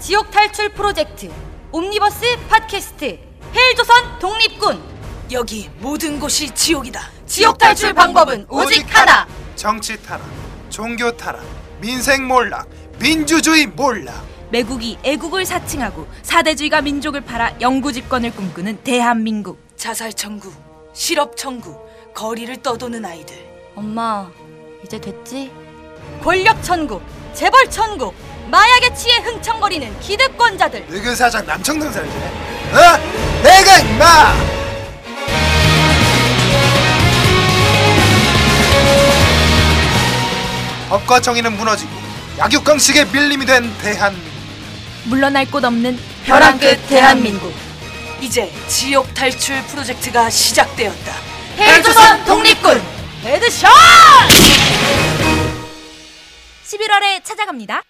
지옥 탈출 프로젝트 옴니버스 팟캐스트 헬조선 독립군 여기 모든 곳이 지옥이다. 지옥 탈출 방법은 오직 하나 정치 타락, 종교 타락, 민생 몰락, 민주주의 몰락. 매국이 애국을 사칭하고 사대주의가 민족을 팔아 영구 집권을 꿈꾸는 대한민국. 자살 청구, 실업 청구, 거리를 떠도는 아이들. 엄마 이제 됐지? 권력 천국 재벌 천국 마약에 취해 흥청거리는 기득권자들 늙은 사장 남청동 살지. 어? 내가 임마. 법과 정의는 무너지고 약육강식의 밀림이 된 대한민국. 물러날 곳 없는 벼랑 끝 대한민국 이제 지옥 탈출 프로젝트가 시작되었다. 헬조선 독립군 헤드샷 11월에 찾아갑니다.